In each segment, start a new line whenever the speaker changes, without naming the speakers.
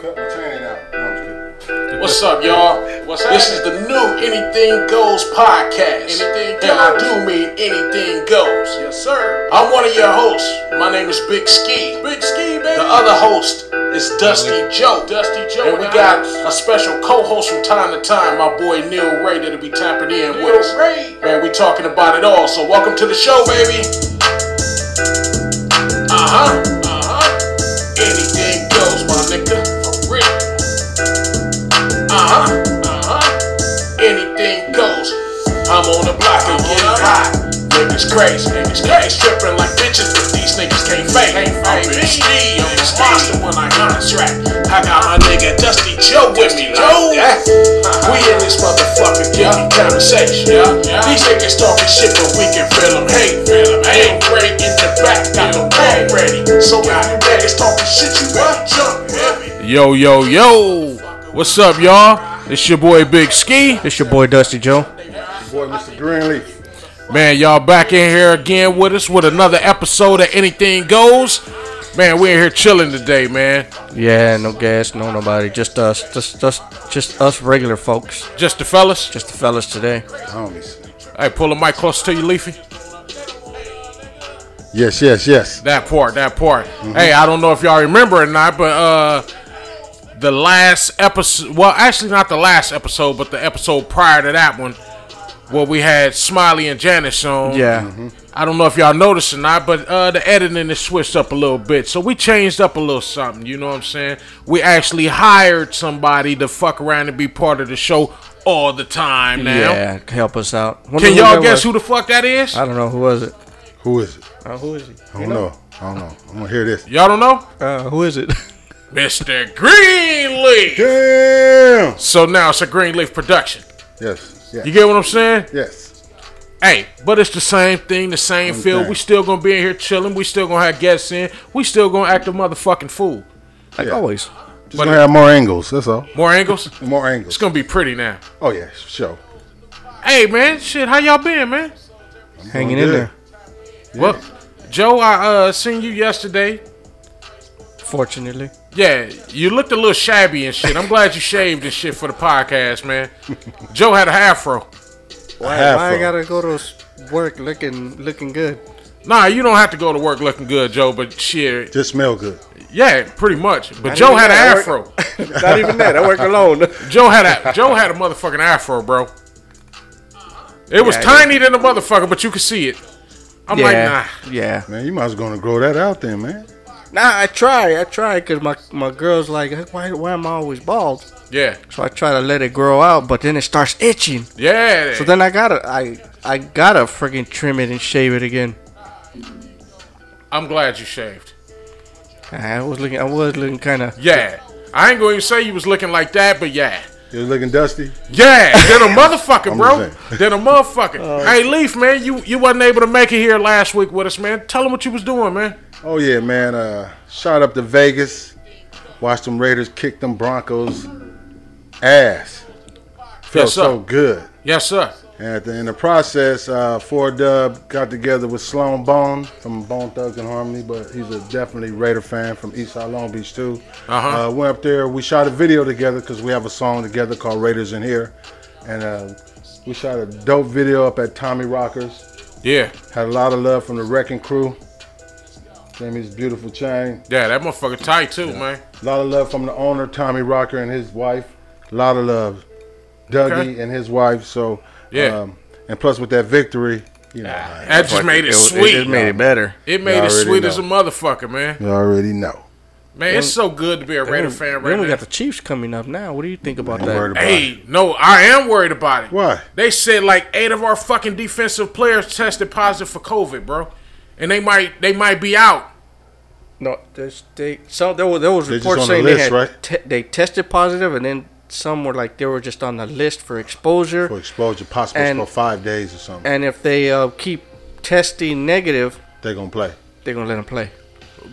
Cut my chain out. No, I'm just kidding.
What's up, y'all? What's this is the new Anything Goes podcast. Anything and I do mean anything goes. Yes, sir. I'm one of your hosts. My name is Big Ski. Big Ski, baby. The
uh,
other host is Dusty Joe. Dusty Joe. And we got a special co-host from time to time, my boy Neil Ray, that'll be tapping in with us. Ray. Man, we talking about it all. So welcome to the show, baby. Uh huh. Uh huh. Anything goes, my nigga. For real. Uh-huh, uh-huh. Anything goes. I'm on the block and get hot. Niggas crazy, niggas crazy. Tripping like bitches, but these niggas can't fake. I'm Big Steve, I'm this monster when I contract. I got my nigga Dusty Joe with me, Joe. We in this motherfucker getting conversation. These niggas talking shit, but we can feel them hate. Ain't great in the back, got the bag ready. So now you niggas talking shit, you better jump.
Yo, yo, yo. What's up, y'all? It's your boy Big Ski.
It's your boy Dusty Joe.
Boy, Mr. Greenleaf.
Man, y'all back in here again with us with another episode of Anything Goes. Man, we in here chilling today, man.
Yeah, no gas, no nobody, just us, just us, just us regular folks,
Just the fellas.
just the fellas today.
Homies.
Hey, pull the mic closer to you, Leafy.
Yes, yes, yes.
That part, that part. Hey, I don't know if y'all remember or not, but uh the last episode well, actually not the last episode, but the episode prior to that one, where we had Smiley and Janice on. Mm-hmm.
Yeah,
I don't know if y'all noticed or not, but uh, the editing is switched up a little bit. So we changed up a little something, you know what I'm saying? We actually hired somebody to fuck around and be part of the show all the time now.
yeah, help us out. Wonder
Can
who
y'all
that
guess
was.
who the fuck that is?
I don't know who was it.
Who is it?
Uh, who is it?
I don't know. I don't know. I'm gonna hear this.
Y'all don't know?
Uh, who is it?
Mr. Greenleaf.
Damn.
So now it's a Greenleaf production.
Yes.
You
Yes.
get what I'm saying?
Yes.
Hey, but it's the same thing, the same feel.
thing.
We still gonna be in here chilling. We still gonna have guests in. We still gonna act a motherfucking fool.
like always.
Just gonna have more angles. That's all.
More angles?
More
It's
angles.
gonna be pretty now.
Oh yeah, show.
Hey man, shit, how y'all been, man?
Hanging in there.
Well, Joe, I uh seen you yesterday.
Fortunately,
Yeah, you looked a little shabby and shit. I'm glad you shaved and shit for the podcast, man. Joe had a afro.
Why,
I gotta go to s- work looking looking good.
Nah, you don't have to go to work looking good, Joe. But shit,
Just smell good.
yeah, pretty much. But Joe had an
I
afro.
work- Not even that. I work alone.
Joe had a Joe had a motherfucking afro, bro. It was
Yeah, I
tiny than a motherfucker, but you could see it. I'm like, nah.
yeah, yeah.
Man, you might as well gonna grow that out then, man.
Nah, I try. I try because my my girl's like, why why am I always bald?
Yeah,
So I try to let it grow out, but then it starts itching.
yeah.
So then I gotta I I gotta freaking trim it and shave it again.
I'm glad you shaved.
I was looking I was looking kind of
Yeah, I ain't gonna even say you was looking like that, but yeah.
You're looking dusty.
Yeah, then a motherfucker,
I'm
bro.
just
Then a motherfucker.
Oh.
hey, Leaf, man, you you wasn't able to make it here last week with us, man. Tell them what you was doing, man.
Oh yeah, man. Uh, shot up to Vegas. Watched them Raiders kick them Broncos ass. Felt
Yes, sir.
so good.
Yes, sir.
And at the, in the process, uh, Ford Dub got together with Sloan Bone from Bone Thugs and Harmony, but he's a definitely Raider fan from Eastside Long Beach too.
Uh-huh.
Uh, went up there. We shot a video together because we have a song together called Raiders in Here, and uh, we shot a dope video up at Tommy Rockers.
Yeah,
Had a lot of love from the Wrecking Crew. Gave me this beautiful chain.
yeah, that motherfucker tight too, man.
A lot of love from the owner, Tommy Rocker, and his wife. A lot of love, Dougie and his wife. So
Yeah. Ah.
um, and plus with that victory, you know, I
That just made it,
was-
sweet. It,
just made it better.
made
You
it
already
sweet
know.
as a motherfucker, man.
you already know.
Man, it's so good to be a Raider fan right
then we
now.
got the Chiefs coming up now. What do you think about
I'm
that?
worried about it.
Hey, no, I am worried about it.
Why?
They said like eight of our fucking defensive players tested positive for COVID, bro, and they might they might be out.
No, there's, they so there was there was
They're just on
reports
the
saying
list,
they had
right?
te- they tested positive and then some were like they were just on the list for exposure.
For exposure, possible
And-
for five days or something.
And if they uh, keep testing negative,
They're gonna play.
they're gonna let them play.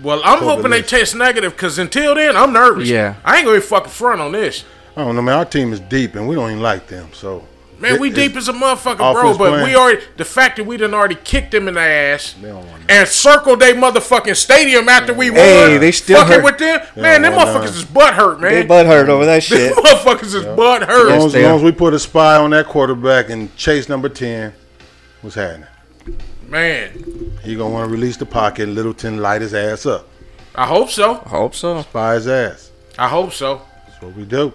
Well, I'm
Hope
hoping
it
they
is.
test negative because until then, I'm nervous.
Yeah.
I ain't gonna be fucking front on this.
I don't know, man. Our team is deep, and we don't even like them. So
Man,
It-
we
it-
deep as a motherfucker, bro.
Offense
But
plan.
we already the fact that we done already kicked them in the ass
don't want
and circled they motherfucking stadium after we
Hey,
won.
they still
fucking
hurt.
with them. Man, them
don't want
motherfuckers
none.
is butt hurt, man.
They butt hurt over that
Them
shit.
motherfuckers is butt
As
hurt.
long as,
they
long
are.
as we put a spy on that quarterback and chase number ten, what's happening?
Man,
He gonna want to release the pocket. Littleton light his ass up,
I hope so.
I hope so.
spy his ass.
I hope so.
That's what we do.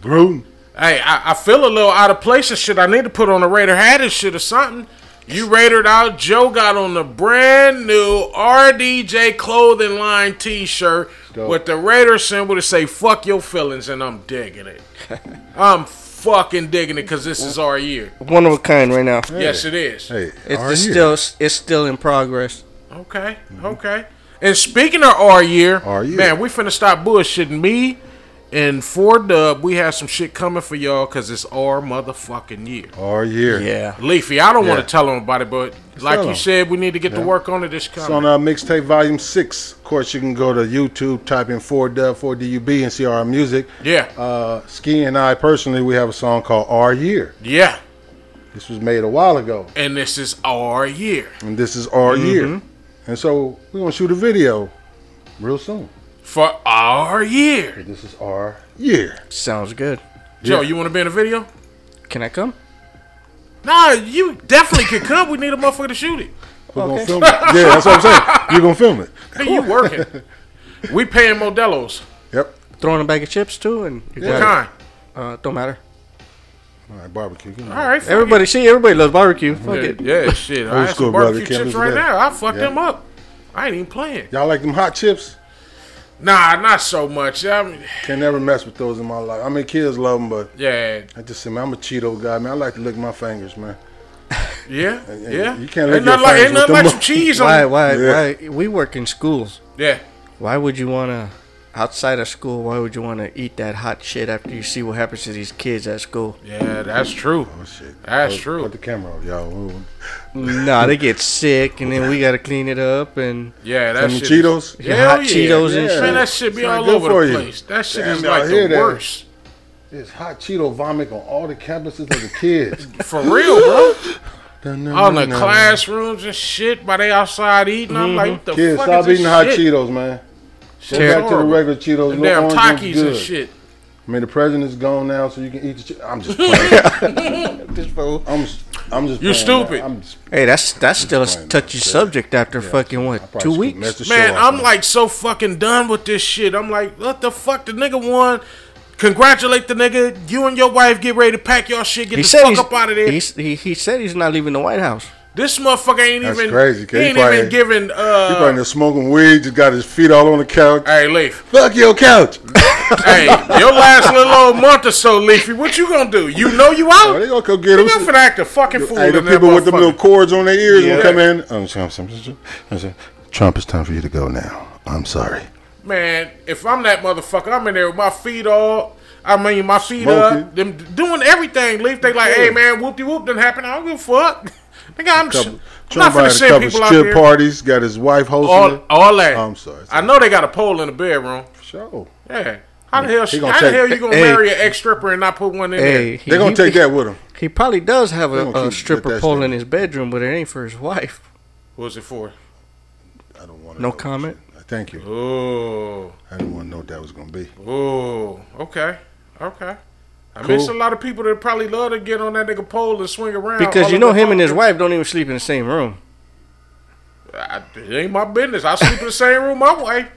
Gruden.
Hey, I, I feel a little out of place and shit. I need to put on a Raider hat and shit or something. You Raidered out. Joe got on the brand new RDJ clothing line t shirt
dope.
with the Raider symbol to say, fuck your feelings, and I'm digging it. I'm fucking digging it because this is our year.
One of a kind right now.
Yes, it is.
Hey,
It's,
our
it's
year.
still it's still in progress.
Okay, okay. And speaking of our year,
Mm-hmm. Our year.
man, we finna stop bullshitting. Me and Four Dub, we have some shit coming for y'all because it's our motherfucking year.
our year.
Yeah.
Leafy, I don't want
Yeah.
to tell him about it, but like
tell
you
him.
said, we need to get to
Yeah.
work on it this
It's on
coming.
uh, mixtape volume six. Of course, you can go to YouTube, type in 4Dub, 4DUB, and see our music.
Yeah,
Uh, Ski and I personally, we have a song called Our Year.
yeah.
This was made a while ago,
And this is our year.
and this is Our Year. And so we're gonna shoot a video real soon.
For our year.
This is Our Year.
Sounds good.
Joe, you want to be in a video?
Can I come?
Nah, you definitely could come. We need a motherfucker to shoot it.
We're gonna film it. Yeah, that's what I'm saying. You're gonna film it.
Hey, you working. we paying Modelo's.
Yep.
Throwing a bag of chips too, and you
What
got
kind?
it. Uh, don't matter.
All right, barbecue. you know.
All right. fuck
Everybody, see, everybody loves barbecue. Fuck
it.
it.
Yeah, shit. I had
school,
some
brother.
barbecue
Can't
chips
miss
right
that.
now. I fucked
Yeah.
them up. I ain't even playing.
Y'all like them hot chips?
Nah, not so much. I mean,
Can never mess with those in my life. I mean, kids love them, but
yeah,
I just say, man, I'm a Cheeto guy, man. I like to lick my fingers, man.
yeah,
and
yeah.
you can't lick your
ain't nothing like, ain't
fingers
nothing
with
like
them
some cheese on.
Why? Why?
Yeah.
Why? We work in schools.
Yeah,
Why would you wanna? Outside of school, why would you want to eat that hot shit after you see what happens to these kids at school?
yeah. That's true.
Oh shit.
That's
Put-
true.
Put the camera up, y'all. Ooh.
nah, they get sick, and then we gotta clean it up, and
Yeah, that
Them
shit.
Cheetos.
Hell
hot Cheetos and
Man,
shit.
that shit be
It's not
all
good
over
for
the
you.
place. That shit
Damn,
is
y'all
like
hear
the
that?
worst.
It's hot Cheeto vomit on all the campuses of the kids.
For real, bro. all
On
the classrooms and shit, by they outside eating. I'm like, the
Kids,
fuck
stop
is
eating hot
this shit?
Cheetos, man. Go
Shit's
back to the
horrible.
regular Cheetos.
And
Little
damn
orange is
Takis
good.
and shit.
I mean, the president's gone now, so you can eat the. Che- I'm just playing. I'm just. I'm just.
You
playing,
stupid.
Man. I'm just.
hey, that's that's still a
Fine,
touchy
yeah.
subject after fucking
I
what
probably
two
screwed
weeks?
Master
Man,
Show up,
I'm like so fucking done with this shit. I'm like, what the fuck? The nigga won. Congratulate the nigga. You and your wife get ready to pack your shit. Get
He
the
said
fuck
he's-
up out of there.
he's- he he said he's not leaving the White House.
This motherfucker ain't
That's
even.
crazy,
he
kid. He
ain't
probably-
even giving.
He probably in
Uh,
there smoking weed. Just got his feet all on the couch.
hey, Leaf.
Fuck your couch.
hey, your last little old month or so, Leafy. What you gonna do? You know you out.
Oh, they gonna go get him.
You not finna act a fucking fool.
Hey,
in
the
that
people with them
motherfucker.
little cords on their ears
Yeah.
will come in. Um, Trump, Trump, Trump, Trump, Trump, it's time for you to go now. I'm sorry.
Man, if I'm that motherfucker, I'm in there with my feet all. I mean, my feet up,
Smoking.
them doing everything. Leaf, they like, hey man, whoop de whoop, didn't happen. I don't give a fuck. Nigga, I'm,
Couple,
I'm not
Trump
finna
had a
send
couple
people out there.
strip parties. Got his wife hosting.
all,
it.
all that.
I'm sorry.
I know they got a pole in the bedroom.
Sure.
Yeah. How the hell?
He
She,
gonna
how the
take-
hell you gonna
Hey.
marry an ex stripper and not put one in
Hey,
there?
he-
They're gonna
he-
take that with him.
He probably does have
They
a,
gonna keep
a
that
stripper
that's
pole
the-
in his bedroom, but it ain't for his wife.
What was it for?
I don't want to.
No comment.
Uh, Thank you.
Oh,
I didn't want to know what that was gonna be.
oh, okay, okay. I
Cool.
mean, it's a lot of people that probably love to get on that nigga pole and swing around.
Because
all
you
in
know
the
him and his
motherfucker.
wife don't even sleep in the same room.
I, it ain't my business. I sleep in the same room my wife.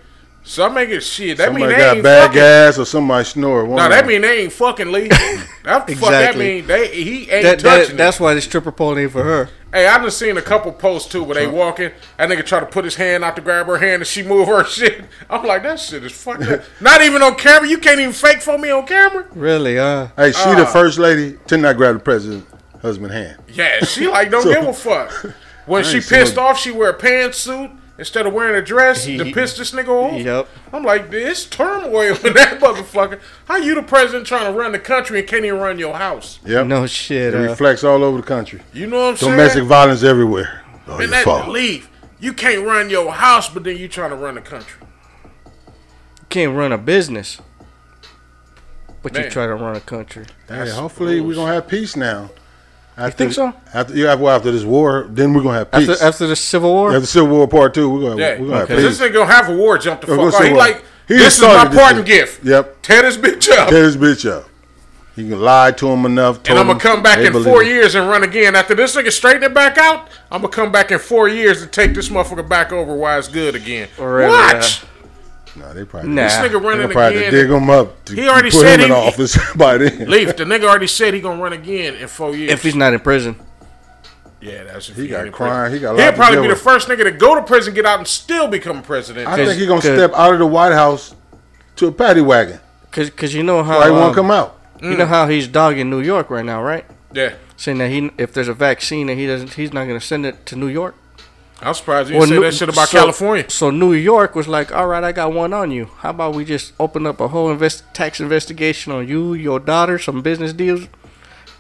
Some nigga shit. That
Somebody
mean they
got
ain't
bad
fucking.
gas or somebody snored.
No, that mean they ain't fucking Lee. That fuck that
Exactly.
mean they he ain't
That,
touching.
that
it.
that's why the stripper pole ain't for her.
Hey, I done seen a couple posts too where they walking. That nigga try to put his hand out to grab her hand and she move her shit. I'm like, that shit is fucked up. Not even on camera. You can't even fake for me on camera.
Really? Uh,
Hey, she the first lady to not grab the president's husband hand.
Yeah, she like don't give a fuck. When she
ain't seen
pissed
no-
off, she wear a pantsuit instead of wearing a dress
He-
to piss this nigga off.
Yep.
I'm like, this turmoil in that motherfucker. How you the president trying to run the country and can't even run your house?
Yep.
no shit.
It
Uh,
reflects all over the country.
You know what I'm saying?
Domestic violence everywhere. All
and
your
that
fault.
leave. You can't run your house, but then you trying to run the country.
can't run a business, but
Man.
you try to run a country.
Hey, hopefully we're gonna have peace now. After,
think so?
After, yeah, well, after this war, then we're gonna have peace.
After,
After,
after the Civil War,
the Civil War Part Two, we're gonna
Yeah,
we're gonna
because
have
this
peace.
nigga gonna have a war jump the fuck
gonna
off.
say
He
war.
like,
He
this is my
started this
parting
shit.
gift.
Yep.
Tear this bitch up.
Tear this bitch up. You can lie to him enough.
and
told
I'm gonna
him
come back
they
in
believe
four
it.
years and run again. After this nigga straighten it back out, I'm gonna come back in four years and take this motherfucker back over while it's good again.
Or, uh,
Watch
Nah, they probably.
Nah.
Nah.
this nigga running
probably
again.
dig him up. To,
He already
to put
said
him in
he-
office by then.
Leaf, the nigga already said he gonna run again in four years.
if he's not in prison,
yeah, that's if
He got
ain't in
crime,
prison.
he got a lot
He'll
to
probably
deal
be the
with.
first nigga to go to prison, get out, and still become president.
I think
Cause-
he gonna
cause-
step out of the White House to a paddy wagon.
cause, cause you know how
Probably
um,
won't come out.
You know how he's dogging New York right now, right?
yeah,
Saying that he, if there's a vaccine, that he doesn't, he's not gonna send it to New York.
I'm surprised you didn't say
New-
that shit about
so-
California.
So New York was like, "All right, I got one on you. How about we just open up a whole invest- tax investigation on you, your daughter, some business deals?"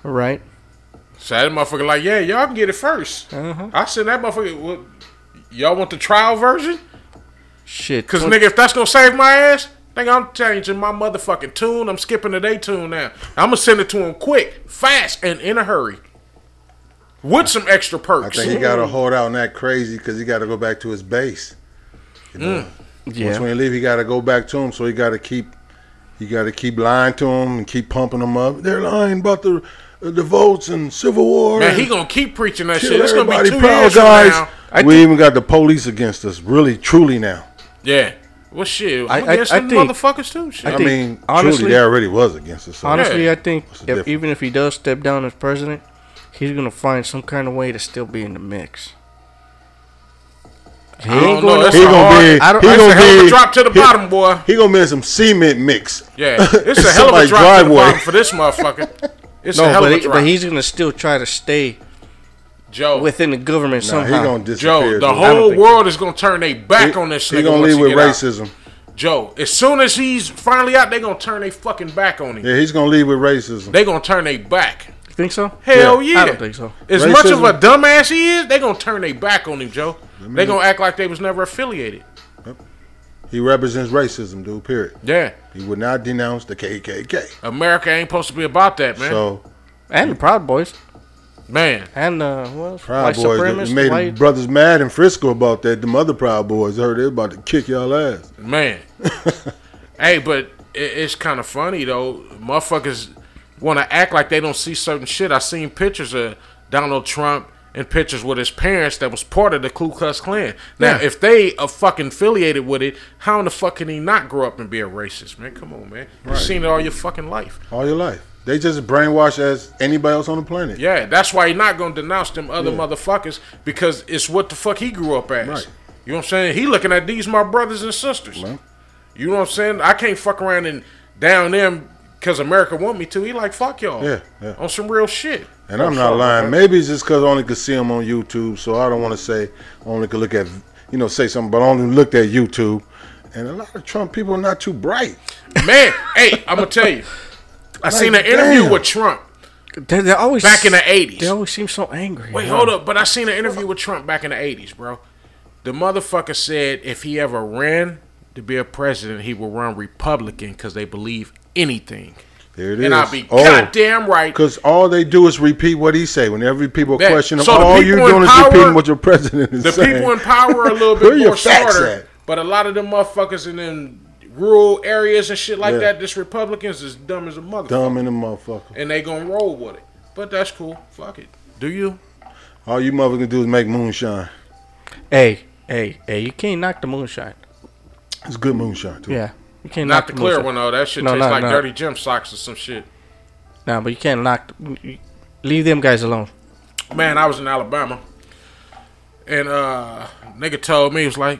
All right.
So that motherfucker like, yeah, y'all can get it 1st
Uh-huh.
I said that motherfucker. Well, y'all want the trial version?
Shit.
Cause
twen-
nigga, if that's gonna save my ass, nigga, I'm changing my motherfucking tune. I'm skipping the day tune now. I'm gonna send it to him quick, fast, and in a hurry, with some extra
I
perks.
think he gotta hold out on that crazy because he gotta go back to his base. Once
yeah.
when he leave, he gotta go back to him. So he gotta keep, he gotta keep lying to him and keep pumping him up. They're lying about the the votes and civil war.
Man,
and
he gonna keep preaching that
kill
shit. It's gonna be
everybody.
two
Proud
years from
guys.
now.
we even got the police against us. Really, truly now.
Yeah. Well, shit.
I-
I'm
I-
against
I
them
think-
motherfuckers too. Shit.
I,
think,
mean,
honestly-
truly, they already was against us. So
Honestly,
Yeah.
I think
What's the
if,
difference?
even if he does step down as president, he's gonna find some kind of way to still be in the mix. He
I don't
ain't
know.
going.
That's
he
a
gonna
hard-
be.
I don't-
he
that's
It's a
gonna
hell of
be.
a drop to the
he-
bottom, boy.
He gonna be in some cement mix.
Yeah, it's
in
a hell of a
somebody's
drop to the bottom for this motherfucker. It's a
No,
hell
but,
of a
he,
drop.
but he's gonna still try to stay
Joe.
within the government
Nah, he
somehow.
gonna disappear.
Joe, the
dude.
whole
think-
world is gonna turn their back
He-
on this nigga.
He gonna
once
leave with
get out.
racism.
Joe, as soon as he's finally out, they gonna turn their fucking back on him.
Yeah, he's gonna leave with racism.
They gonna turn their back.
You think so?
Hell yeah.
Yeah,
I don't think so.
As much of a
Racism-
dumbass he is, they gonna turn their back on him, Joe. They gonna act like they was never affiliated.
He represents racism, dude. Period.
Yeah,
He would not denounce the KKK.
America ain't supposed to be about that, man.
So
And the Proud Boys.
man,
And uh, what else?
Proud
White
Boys
supremacists.
it made the
white-
brothers mad in Frisco about that. The mother Proud Boys heard they about to kick y'all ass.
man. hey, but it, it's kind of funny though. Motherfuckers want to act like they don't see certain shit. I seen pictures of Donald Trump and pictures with his parents that was part of the Ku Klux Klan. Now, if they are fucking affiliated with it, how in the fuck can he not grow up and be a racist, man? Come on, man. You've seen it all your fucking life.
All your life. They just brainwash as anybody else on the planet.
Yeah, that's why he's not gonna denounce them other motherfuckers because it's what the fuck he grew up as.
Right.
You know what I'm saying? He looking at these my brothers and sisters.
Right.
You know what I'm saying? I can't fuck around and down them because America want me to. He like fuck y'all.
Yeah, yeah.
On some real shit.
And I'm not lying. Maybe it's just because I only could see them on YouTube, so I don't want to say I only could look at, you know, say something, but I only looked at YouTube. And a lot of Trump people are not too bright.
Man, hey, I'm gonna tell you. I seen an interview
damn.
with Trump
They, they always
back in the '80s.
They always seem so angry.
Wait,
huh?
hold up. But I seen an interview with Trump back in the '80s, bro. The motherfucker said if he ever ran to be a president, he would run Republican because they believe anything.
There it is.
And I'll be
Oh,
goddamn right.
Because all they do is repeat what he say. Whenever people
Yeah.
question him,
So the
all
people
you're
in
doing
power-
is repeating what your president is
The
saying.
people in power are a little
Where
bit
your
more
facts
smarter,
at?
but a lot of them motherfuckers in them rural areas and shit like
Yeah.
that, this Republicans is dumb as a motherfucker,
Dumb in the motherfucker.
and they gonna roll with it. But that's cool. Fuck it. Do you?
All you motherfuckers can do is make moonshine.
Hey, hey, hey! You can't knock the moonshine.
It's good moonshine, too.
Yeah, you can't
Not
knock
the clear
moonshine.
one though. That shit
No,
tastes
no,
like
no.
dirty gym socks or some shit.
Nah, but you can't knock. The, you- leave them guys alone.
Man, I was in Alabama, and uh, nigga told me he was like,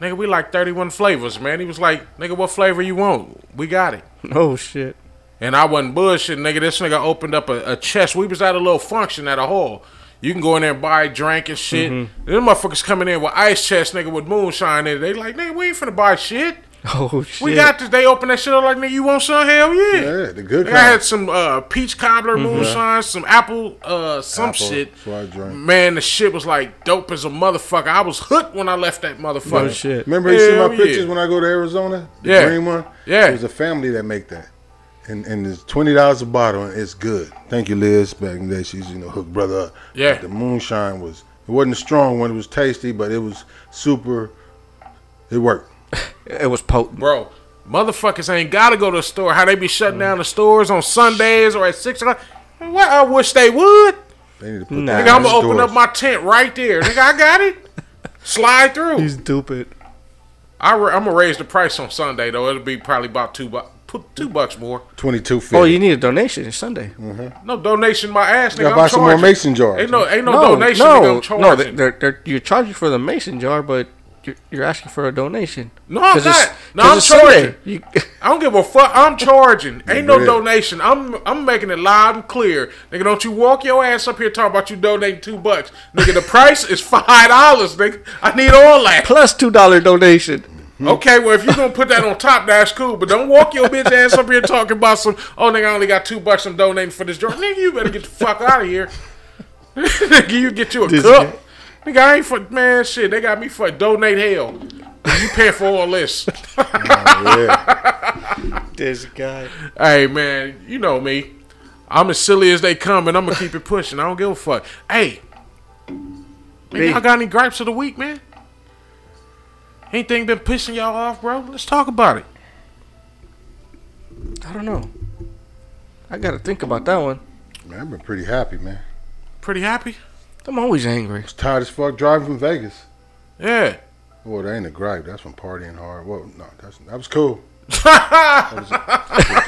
nigga, we like thirty-one flavors, man. He was like, nigga, what flavor you want? We got it.
Oh shit!
And I wasn't bullshitting, nigga. This nigga opened up a, a chest. We was at a little function at a hall. You can go in there and buy drink and shit.
Mm-hmm.
Them motherfuckers coming in with ice chest, nigga, with moonshine in it. They like, nigga, we ain't finna buy shit.
Oh shit!
We got this. They open that shit up like, nigga, you want some? Hell yeah.
Yeah, the good
Nigga, I had
kind.
some uh, peach cobbler moonshine, some apple, uh, some
Apple,
shit.
that's what I drank.
Man, the shit was like dope as a motherfucker. I was hooked when I left that motherfucker.
Oh shit!
Remember you see
Hell
my
yeah.
pictures when I go to Arizona? The
Yeah.
green one?
Yeah.
It was a family that make that. and and it's twenty dollars a bottle, and it's good. Thank you, Liz. Back in the day, she's you know hook brother up.
Yeah.
the moonshine was it wasn't a strong one. It was tasty, but it was super. It worked.
It was potent.
bro. Motherfuckers ain't gotta go to the store. How they be shutting down the stores on Sundays or at six o'clock? Well, I wish they would.
They need to put
Nah.
that
Nigga, I'm
in
gonna open
stores.
up my tent right there. Nigga, I got it. Slide through.
stupid.
I ra- I'm gonna raise the price on Sunday though. It'll be probably about two bu- put two bucks more.
twenty-two fifty.
Oh, you need a donation. It's Sunday.
No donation, my ass. Nigga,
gotta
I'm
buy some more
charging.
mason jars.
Ain't no ain't no,
No,
donation. nigga,
no,
I'm charging.
no. They're, they're, you're charging for the mason jar, but you're, you're asking for a donation.
No, I'm
'Cause
not. No,
'cause
I'm
it's
charging.
You,
I don't give a fuck. I'm charging. Ain't no
Yeah.
donation. I'm I'm making it loud and clear. Nigga, don't you walk your ass up here talking about you donating two bucks. Nigga, the price is five dollars, nigga. I need all that.
plus two dollar donation.
Okay, well if you're gonna put that on top, that's cool. But don't walk your bitch ass up here talking about some oh nigga, I only got two bucks I'm donating for this joint. Nigga, you better get the fuck out of here. nigga, you get you a cup. Nigga, I ain't for man shit. They got me for donate hell. You paying for all this.
yeah.
This guy.
Hey man, you know me. I'm as silly as they come, and I'm gonna keep it pushing. I don't give a fuck. Hey, man,
Me.
y'all got any gripes of the week, man? Anything been pissing y'all off, bro? Let's talk about it.
I don't know. I gotta think about that one.
Man, I've been pretty happy, man.
Pretty happy.
I'm always angry.
It's tired as fuck driving from Vegas.
Yeah.
Well, that ain't a gripe. That's from partying hard. Well, no, that's that was cool.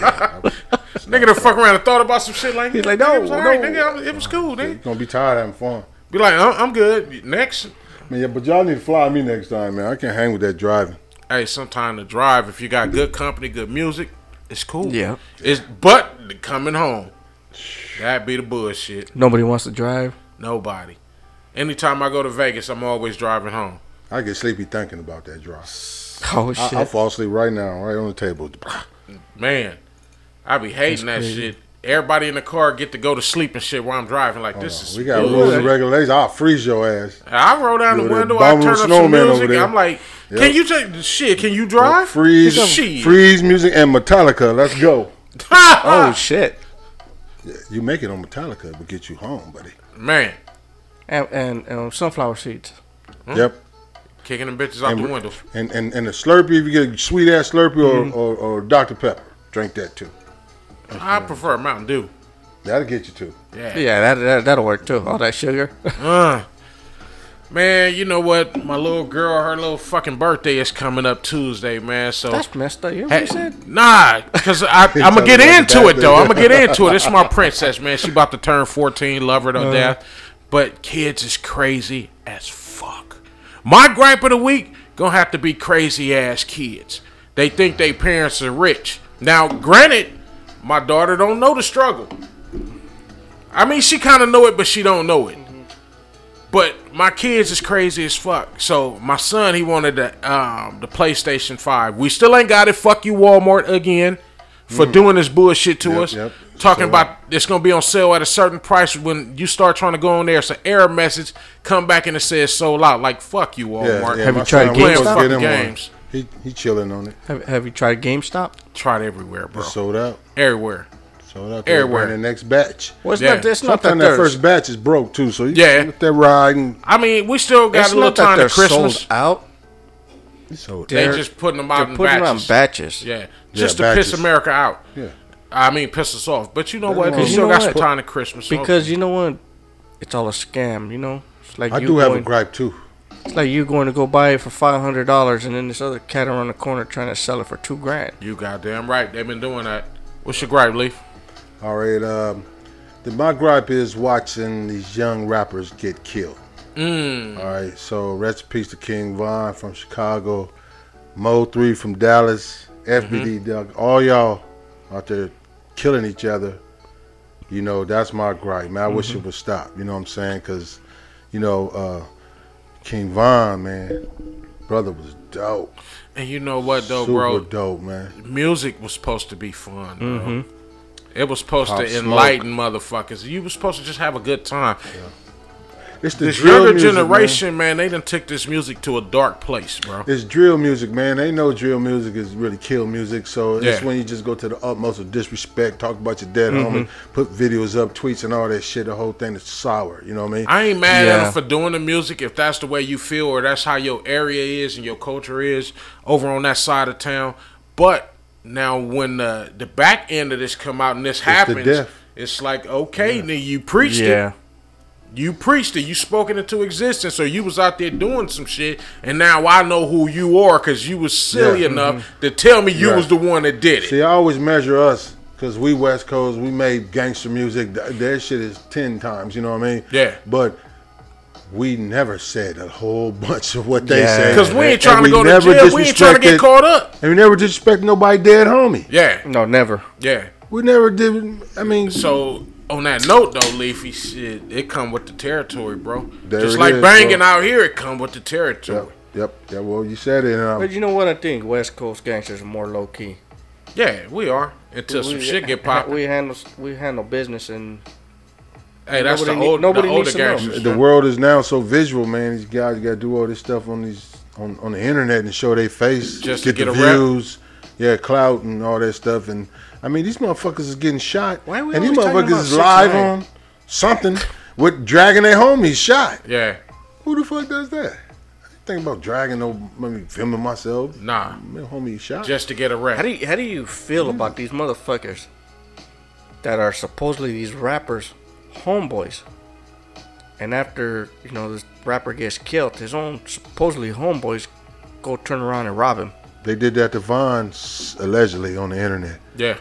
Nigga done fuck around and thought about some shit like that.
He's like,
Nigga,
no,
it was all right,
no. Oh,
nigga, I was- it was cool,
You're
nigga.
gonna be tired having fun.
Be like, "Uh, I'm, I'm good. Next.
I mean, yeah, but y'all need to fly me next time, man. I can't hang with that driving.
Hey, sometime to drive, if you got good company, good music, it's cool.
Yeah.
It's but coming home. That be the bullshit.
Nobody wants to drive.
Nobody. Anytime I go to Vegas, I'm always driving home.
I get sleepy thinking about that drive.
Oh shit.
I, I fall asleep right now, right on the table.
Man, I be hating that shit. Everybody in the car get to go to sleep and shit while I'm driving. Like this is
We got
bullshit.
rules and regulations. I'll freeze your ass.
I roll down the
Yo, that
window. I
Bombing
turn up some
Snowman over
music.
there.
I'm like,
Yep.
can you take shit? Can you drive?
Freeze,
shit.
freeze music and Metallica. Let's go.
Ah.
oh shit.
You make it on Metallica, it will get you home, buddy.
man,
And and, and sunflower seeds.
Yep.
kicking them bitches out the window.
And, Oh, and and a Slurpee. If you get a sweet ass Slurpee
Mm-hmm.
or, or or Dr Pepper, drink that too.
I prefer Mountain Dew.
That'll get you too.
Yeah.
Yeah, that, that that'll work too. All that sugar.
Uh, man, you know what? My little girl, her little fucking birthday is coming up Tuesday, man. So
That's messed up. You
Hey,
already said.
Nah, because I'm gonna
talking
get
about the
into it
bad
though.
thing.
I'm gonna get into it. It's my princess, man. She about to turn 14. Love her
Uh-huh.
to death. But kids is crazy as fuck. My gripe of the week gonna have to be crazy ass kids. They think their parents are rich. Now, granted, my daughter don't know the struggle. I mean, she kind of know it, but she don't know it. But my kids is crazy as fuck. So my son, he wanted the um, the PlayStation Five. We still ain't got it. Fuck you, Walmart again, for doing this bullshit to
Yep,
us.
yep.
Talking
So-
about it's gonna be on sale at a certain price. When you start trying to go on there, it's an error message. Come back and it says sold out. Like fuck Oh, you, Walmart.
Have
my
you tried
son was
GameStop?
supposed to get him
Fucking
one.
games.
He he chilling on it.
Have, have you tried GameStop?
Tried everywhere, bro.
Sold out.
Everywhere.
Sold out.
Everywhere.
Everywhere. The next batch.
Well, it's
Yeah.
not. It's not that
Sometimes that
there's-
first batch is broke too, so you
Yeah.
let that ride and
I mean, we still got
It's
a little
not that
time to
they're
Christmas.
sold out.
sold
They
out.
They're-
just putting them out
They're
in
putting them
batches.
on batches.
Yeah, just to
batches.
piss America out.
Yeah.
I mean, piss us off. But you know what?
wrong.
We
You
still
know
got
what?
some time to Christmas. so-
Because you know what? It's all a scam. You know. It's like
I
you
do have a
going-
gripe too.
It's like you going to go buy it for five hundred dollars, and then this other cat around the corner trying to sell it for two grand.
you goddamn right. They've been doing that. What's your gripe, Leaf?
All right. Um, the, my gripe is watching these young rappers get killed.
Mm.
All right. So rest in peace to King Von from Chicago, Mo Three from Dallas, FBD
Mm-hmm.
Doug. All y'all out there killing each other. You know that's my gripe, man. I wish
Mm-hmm.
it would stop. You know what I'm saying? Cause, you know, uh, King Von, man, brother was dope,
And you know what though,
super
bro?
dope, man.
Music was supposed to be fun, bro. It was supposed
Pop
to
Mm-hmm. Smoke.
enlighten motherfuckers. You was supposed to just have a good time.
It's the
This
drill
younger
music, man.
generation, man. they done took this music to a dark place, bro.
It's drill music, man. They know drill music is really kill music. So it's
Yeah.
when you just go to the utmost of disrespect, talk about your dead homie,
Mm-hmm.
put videos up, tweets, and all that shit. The whole thing is sour. You know what I mean?
I ain't mad at
Yeah.
them for doing the music if that's the way you feel or that's how your area is and your culture is over on that side of town. But now when the the back end of this come out and this happens,
death.
it's like okay, then you preached
Yeah.
it. You preached it. You spoke it into existence. So you was out there doing some shit, and now I know who you are because you was silly
Yeah. Mm-hmm.
enough to tell me you
Right.
was the one that did it.
See, I always measure us because we West Coast, we made gangster music. Th- Their shit is ten times. You know what I mean?
Yeah.
But we never said a whole bunch of what they
Yeah.
said
Because we ain't
And
trying
we
to go to
never
jail. We ain't trying to get
disrespected-
caught up.
And we never disrespect nobody dead homie.
Yeah,
No, never.
yeah.
We never did. I mean,
So on that note though, Leafy, shit, it come with the territory, bro.
There
Just
it
like
is,
banging
bro.
out here, it come with the territory.
Yep, yep. Yeah, well, you said it. And I'm,
But you know what I think? West Coast gangsters are more low key.
Yeah, we are until some shit get popped.
We handle we handle business and
hey, that's the
nobody need-
old,
nobody
the older
needs to know.
gangsters.
the world is now so visual, man. These guys got to do all this stuff on these on, on the internet and show their face,
Just to get
the
a rep.
views, yeah, clout and all that stuff. And I mean, these motherfuckers is getting shot,
Why are we
and these
always talking
motherfuckers
about
is live
6ix9ine?
on something with dragging their homies shot.
Yeah,
Who the fuck does that? I ain't Think about dragging no, maybe filming myself.
nah,
My homie shot.
just to get a rep.
how do you, how do you feel about these motherfuckers that are supposedly these rappers homeboys? And after you know this rapper gets killed, his own supposedly homeboys go turn around and rob him.
they did that to Vaughn s- allegedly on the internet.
yeah.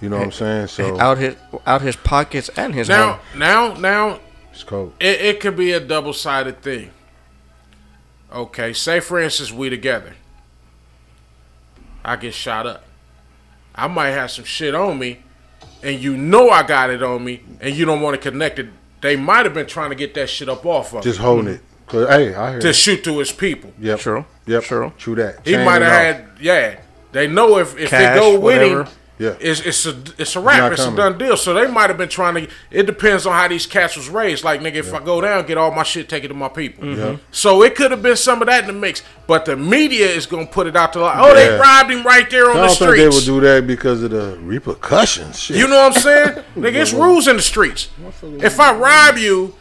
You know what I'm saying? So
out his out his pockets and his
Now,
home.
now, now,
it's cold.
it, it could be a double sided thing. Okay, say for instance we together. I get shot up. I might have some shit on me, and you know I got it on me, and you don't want to connect it. They might have been trying to get that shit up off of
Just
me
holding it. Cause hey, I hear.
Mm-hmm. to
you.
shoot to his people.
Yep.
True.
Yep.
True.
True that.
He
Chain
might
and
have
all.
had yeah. They know if if
Cash,
they go with him,
whatever.
Yeah.
it's it's a it's a wrap,
Not
it's a
coming.
done deal. So they might have been trying to. It depends on how these cats was raised. Like nigga, if I go down, get all my shit, take it to my people.
Mm-hmm.
So it could have been some of that in the mix, but the media is gonna put it out to like, oh, they
Yeah.
robbed him right there on
I
the
don't think they
streets.
would do that because of the repercussions. Shit.
You know what I'm saying? Nigga, it's rules in the streets. If I rob you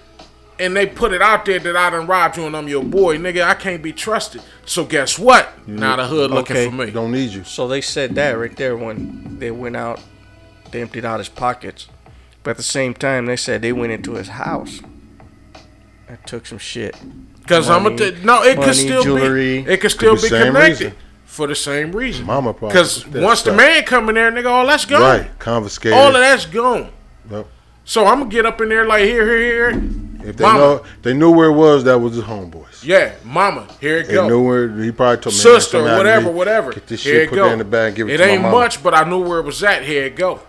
and they put it out there that I done robbed you and I'm your boy, nigga, I can't be trusted. So guess what? now the hood looking
Okay.
for me.
don't need you.
So they said that right there when they went out, they emptied out his pockets. But at the same time, they said they went into his house and took some shit.
Because I'm
Money,
a th- no. It could
money,
still
jewelry.
be. It could still
the
be
same
connected
reason.
for the same reason.
Mama probably
Because
took that
once the
stuff.
man come in there, nigga, all that's gone.
Right. Confiscated.
All of that's gone.
Yep.
So I'm gonna get up in there like here, here, here.
If they
Mama.
know, they knew where it was. That was his homeboys.
Yeah, mama, here it
They
go.
knew where he probably told me.
Sister,
"Man,
whatever,
somebody
whatever.
Get this
here
shit
it
put
go.
that in the bag. And give it, to my
ain't
mama.
much, but I knew where it was at. Here it go.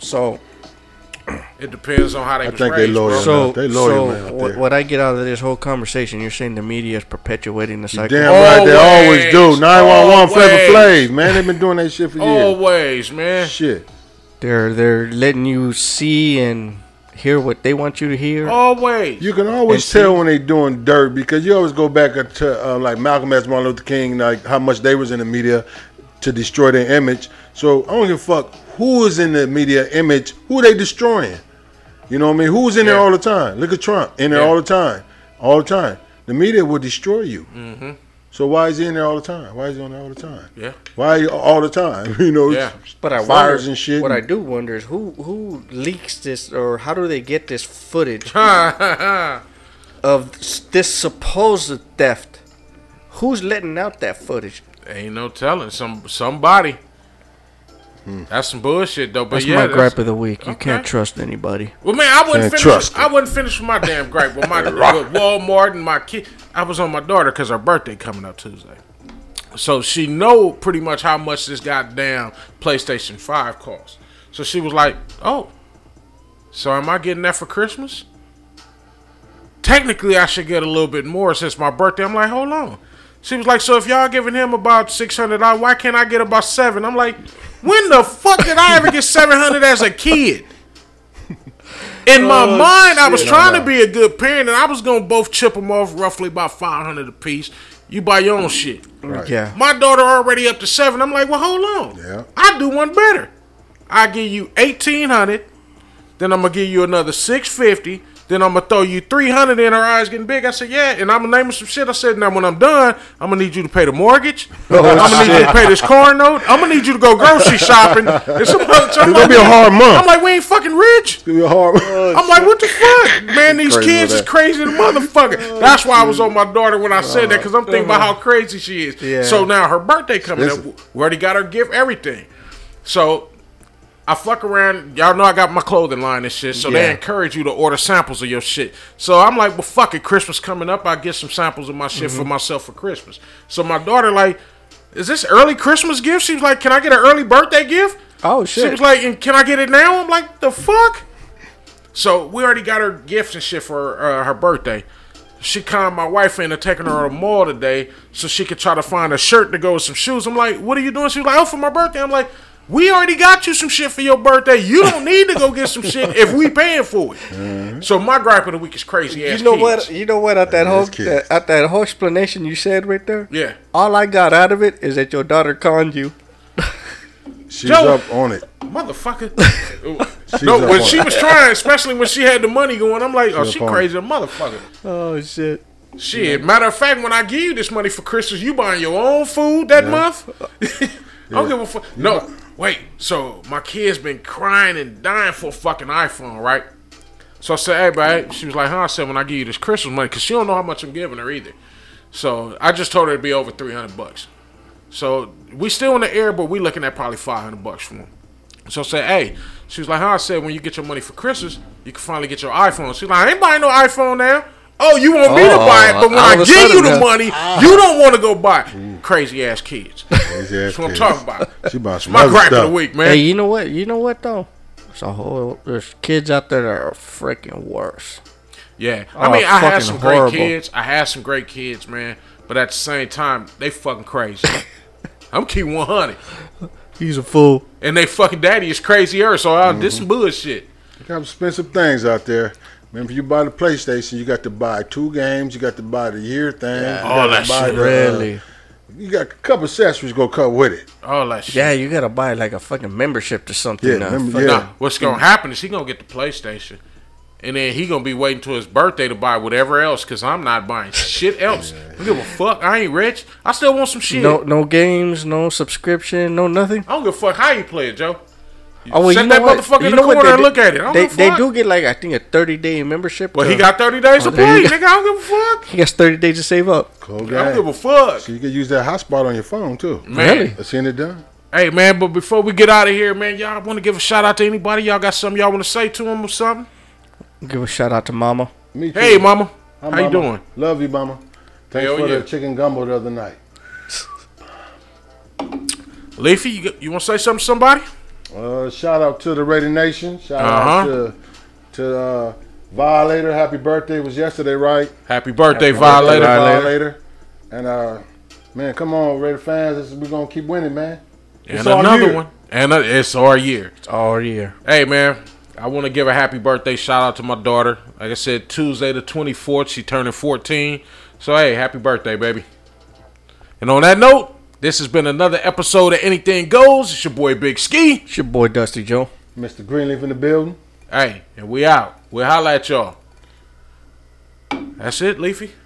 So,
It depends on how they
I
was
think they
raised.
loyal.
bro.
so,
they
so
loyal, man, out
what,
there.
what I get out of this whole conversation, you're saying the media is perpetuating the cycle.
Damn right, they always
Always.
do. Nine one one
Always.
Flavor Flav, man. They've been doing that shit for years.
Always, man.
Shit.
They're they're letting you see and hear what they want you to hear.
Oh,
Always.
You can always
And see-
tell when they doing dirt because you always go back to uh, like Malcolm X, Martin Luther King, like how much they was in the media to destroy their image. So I don't give a fuck who is in the media image, who they destroying. You know what I mean? Who's in there
Yeah.
all the time? Look at Trump in there
Yeah.
all the time, all the time. The media will destroy you. So why is he in there all the time? Why is he on there all the time?
Mm-hmm. Yeah.
Why all the time? You know,
Yeah.
But I
fires
wonder,
and shit.
What I do wonder is who who leaks this or how do they get this footage of s- this supposed theft? Who's letting out that footage?
Ain't no telling. Some somebody. That's some bullshit though. But
Hmm. That's
yeah,
my
that's-
gripe of the week. You can't
okay.
trust anybody.
Well, man, I wouldn't
Can't
finish.
trust
I wouldn't finish my damn gripe with my with Walmart and my kid. I was on my daughter because her birthday coming up Tuesday, so she know pretty much how much this goddamn PlayStation Five costs. So she was like, "Oh, so am I getting that for Christmas?" Technically, I should get a little bit more since my birthday. I'm like, "Hold on." She was like, "So if y'all giving him about six hundred, why can't I get about seven? I'm like, "When the fuck did I ever get seven hundred as a kid?" In my
Oh,
mind, I was
shit.
trying to be a good parent, and I was gonna both chip them off roughly about five hundred apiece. You buy your own shit.
Yeah.
My daughter already up to seven. I'm like, well, hold on.
Yeah.
I do one better. I give you eighteen hundred, then I'm gonna give you another six fifty, then I'm gonna throw you three hundred in her eyes getting big. I said, yeah, and I'm gonna name her some shit. I said, now when I'm done, I'm gonna need you to pay the mortgage.
Oh,
I'm gonna need you to pay this car note. I'm gonna need you to go grocery shopping. It's gonna
gonna be a hard month.
I'm like, we ain't fucking rich.
Give me a hard.
I'm like, what the fuck, man? These
Crazy
kids
with
is
that.
crazy, as a motherfucker. That's why I was on my daughter when I said that because I'm thinking about how crazy she is.
Yeah.
So now her birthday coming up,
Listen.
we already got her gift, everything. So I fuck around. Y'all know I got my clothing line and shit, so they
Yeah.
encourage you to order samples of your shit. So I'm like, well, fuck it. Christmas coming up, I get some samples of my shit for myself for Christmas. So my daughter like. Is this early Christmas gift? She was like, "Can I get an early birthday gift?"
Oh,
She
shit.
was like, and "Can I get it now?" I'm like, "The fuck!" So we already got her gifts and shit for uh, her birthday. She called my wife in and taking her to the mall today so she could try to find a shirt to go with some shoes. I'm like, "What are you doing?" She was like, "Oh, for my birthday." I'm like, "We already got you some shit for your birthday. You don't need to go get some shit if we paying for it." So my gripe of the week is crazy.
You know what? You know what? At that whole
kids.
at that whole explanation you said right there.
Yeah.
All I got out of it is that your daughter conned you.
She's
Joe.
up on it.
motherfucker.
She's
no,
up
when
on
she
it.
was trying, especially when she had the money going, I'm like, oh,
She's
she
up on
crazy, a motherfucker.
Oh shit.
Shit. Matter of fact, when I give you this money for Christmas, you buying your own food that month. I don't give a fuck. No, wait. So my kid's been crying and dying for a fucking iPhone, right? So I said, hey, babe. She was like, huh? I said, when I give you this Christmas money, because she don't know how much I'm giving her either. So I just told her it'd be over 300 bucks. So we still in the air, but we looking at probably 500 bucks from him. So I said, hey, she was like, huh? I said, when you get your money for Christmas, you can finally get your iPhone. She's like, I ain't buying no iPhone now. Oh, you want me to
Oh,
buy it, but when
all
I
of a
give you
sudden
the
now-
money, you don't want to go buy it. Crazy ass kids. That's
Ah. Crazy ass
what I'm
kids.
talking about.
She bought some
My
other
gripe
stuff.
of the week, man.
Hey, you know what? You know what though? There's a whole there's kids out there that are freaking worse.
Yeah, I
Oh,
mean, I had
fucking
some
horrible.
great kids. I had some great kids, man. But at the same time, they fucking crazy. I'm keep 100,
He's a fool.
and they fucking daddy is crazier. So I did
Mm-hmm.
some bullshit.
Got expensive things out there. Remember, you buy the PlayStation, you got to buy two games, you got to buy the year thing. you
All
got
that
to buy
shit.
the, uh,
Really?
you got a couple accessories go come with it.
All that shit.
Yeah, you gotta buy like a fucking membership to something.
Yeah,
uh,
remember-
fuck-
yeah.
Nah, what's gonna
Mm-hmm.
happen is he gonna get the PlayStation, and then he gonna be waiting till his birthday to buy whatever else. Cause I'm not buying shit else. I don't give a fuck. I ain't rich. I still want some shit.
No, no games, no subscription, no nothing.
I don't give a fuck how you play it, Joe.
Oh, well,
Set
you know
that
what?
motherfucker
you
in
know
the
what
corner
they
and
do-
look at it. I don't
they,
give a
they
fuck.
do get like I think a thirty day membership.
Well,
to-
he got 30 days
Oh,
to
there
play,
you go.
nigga. I don't give a fuck.
he gets thirty days to save up.
Cool
I don't
game.
give a fuck.
So you can use that hotspot on your phone too.
Man.
Really?
I seen it done.
Hey, man, but before we get out of here, man, y'all want to give a shout out to anybody? Y'all got something y'all want to say to them or something?
Give a shout out to Mama.
Me too.
Hey, mama.
Hi,
how you
Mama.
doing?
Love you, mama. Thanks
Hell
for
yeah.
the chicken gumbo the other night.
Leafy, you, you want to say something to somebody?
Uh, shout out to the Raider Nation. Shout out
Uh-huh.
to to uh, Violator. Happy birthday was yesterday, right?
Happy birthday, Violator.
Violator. And uh, man, come on, Raider fans. This, we're gonna keep winning, man.
And
It's our
another
year.
one. And uh, it's our year.
All year.
Hey, man, I want to give a happy birthday shout out to my daughter. Like I said, Tuesday the 24th, she turning 14. So, hey, happy birthday, baby. And on that note, this has been another episode of Anything Goes. It's your boy, Big Ski.
It's your boy Dusty Joe.
Mr. Greenleaf in the building.
Hey, and we out. We'll holla at y'all. That's it, Leafy.